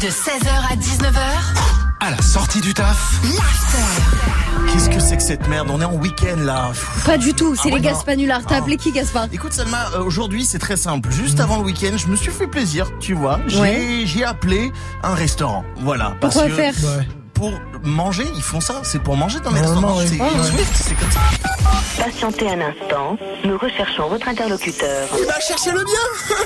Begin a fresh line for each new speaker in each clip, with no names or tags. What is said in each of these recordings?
De 16h à 19h,
À la sortie du taf,
l'after.
qu'est-ce que c'est que cette merde On est en week-end là.
Pas du tout, c'est
Ah ouais,
les
non.
Gaspanulars. T'as
Ah.
appelé qui, Gaspard
Écoute Salma, euh, aujourd'hui c'est très simple. Juste avant le week-end, je me suis fait plaisir, tu vois. J'ai
Ouais.
j'ai appelé un restaurant. Voilà. parce
Pourquoi
que
faire
Pour manger, ils font ça. C'est pour manger dans les
Normalement,
restaurants.
oui.
Ah,
C'est
ouais.
Swift, c'est comme ça.
Patientez un instant, nous recherchons votre interlocuteur.
Il va chercher le bien.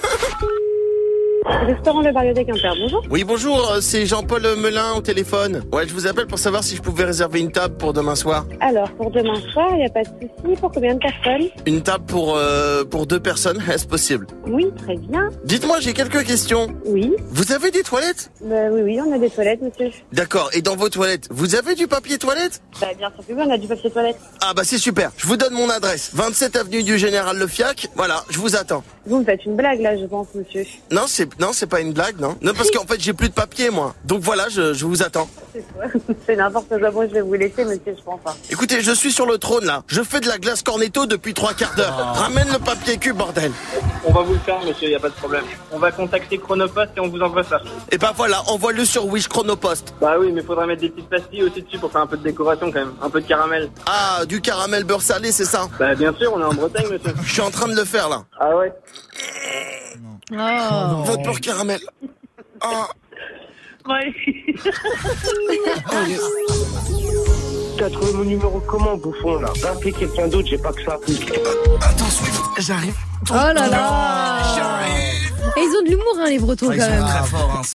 Restaurant Le Barrio des Quimper, bonjour.
Oui, bonjour, euh, c'est Jean-Paul Melin au téléphone. Ouais, je vous appelle pour savoir si je pouvais réserver une table pour demain soir.
Alors, pour demain soir, il n'y a pas de souci. Pour combien de personnes
Une table pour, euh, pour deux personnes, est-ce possible
Oui, très bien.
Dites-moi, j'ai quelques questions.
Oui.
Vous avez des toilettes
Bah, oui, oui, on a des toilettes, monsieur.
D'accord, et dans vos toilettes, vous avez du papier toilette
Bah, bien sûr que oui, on a du papier toilette.
Ah bah c'est super, je vous donne mon adresse. 27 avenue du Général Le Fiac, voilà, je vous attends.
Vous me faites une blague, là, je pense, monsieur.
Non, c'est non, c'est pas une blague, non Non, parce qu'en fait, j'ai plus de papier, moi. Donc voilà, je, je vous attends.
C'est quoi C'est n'importe quoi. Bon, je vais vous laisser, monsieur, je pense. hein.
Écoutez, je suis sur le trône, là. Je fais de la glace cornetto depuis trois quarts d'heure. Ramène le papier cul, bordel.
On va vous le faire, monsieur, il n'y a pas de problème. On va contacter Chronopost et on vous envoie ça.
Et bah voilà, envoie-le sur Wish Chronopost.
Bah oui, mais faudra mettre des petites pastilles aussi dessus pour faire un peu de décoration quand même, un peu de caramel.
Ah, du caramel beurre salé, c'est ça
Bah bien sûr, on est en Bretagne, monsieur.
Je suis en train de le faire là.
Ah ouais
Oh.
Votre beurre caramel. Ah.
T'as trouvé mon numéro comment, bouffon, là Va appeler quelqu'un d'autre, j'ai pas que ça.
Attends Swift, j'arrive.
Oh là là
J'arrive.
Et ils ont de l'humour, hein, les Bretons,
Ah,
quand
ils sont
même.
très forts. hein.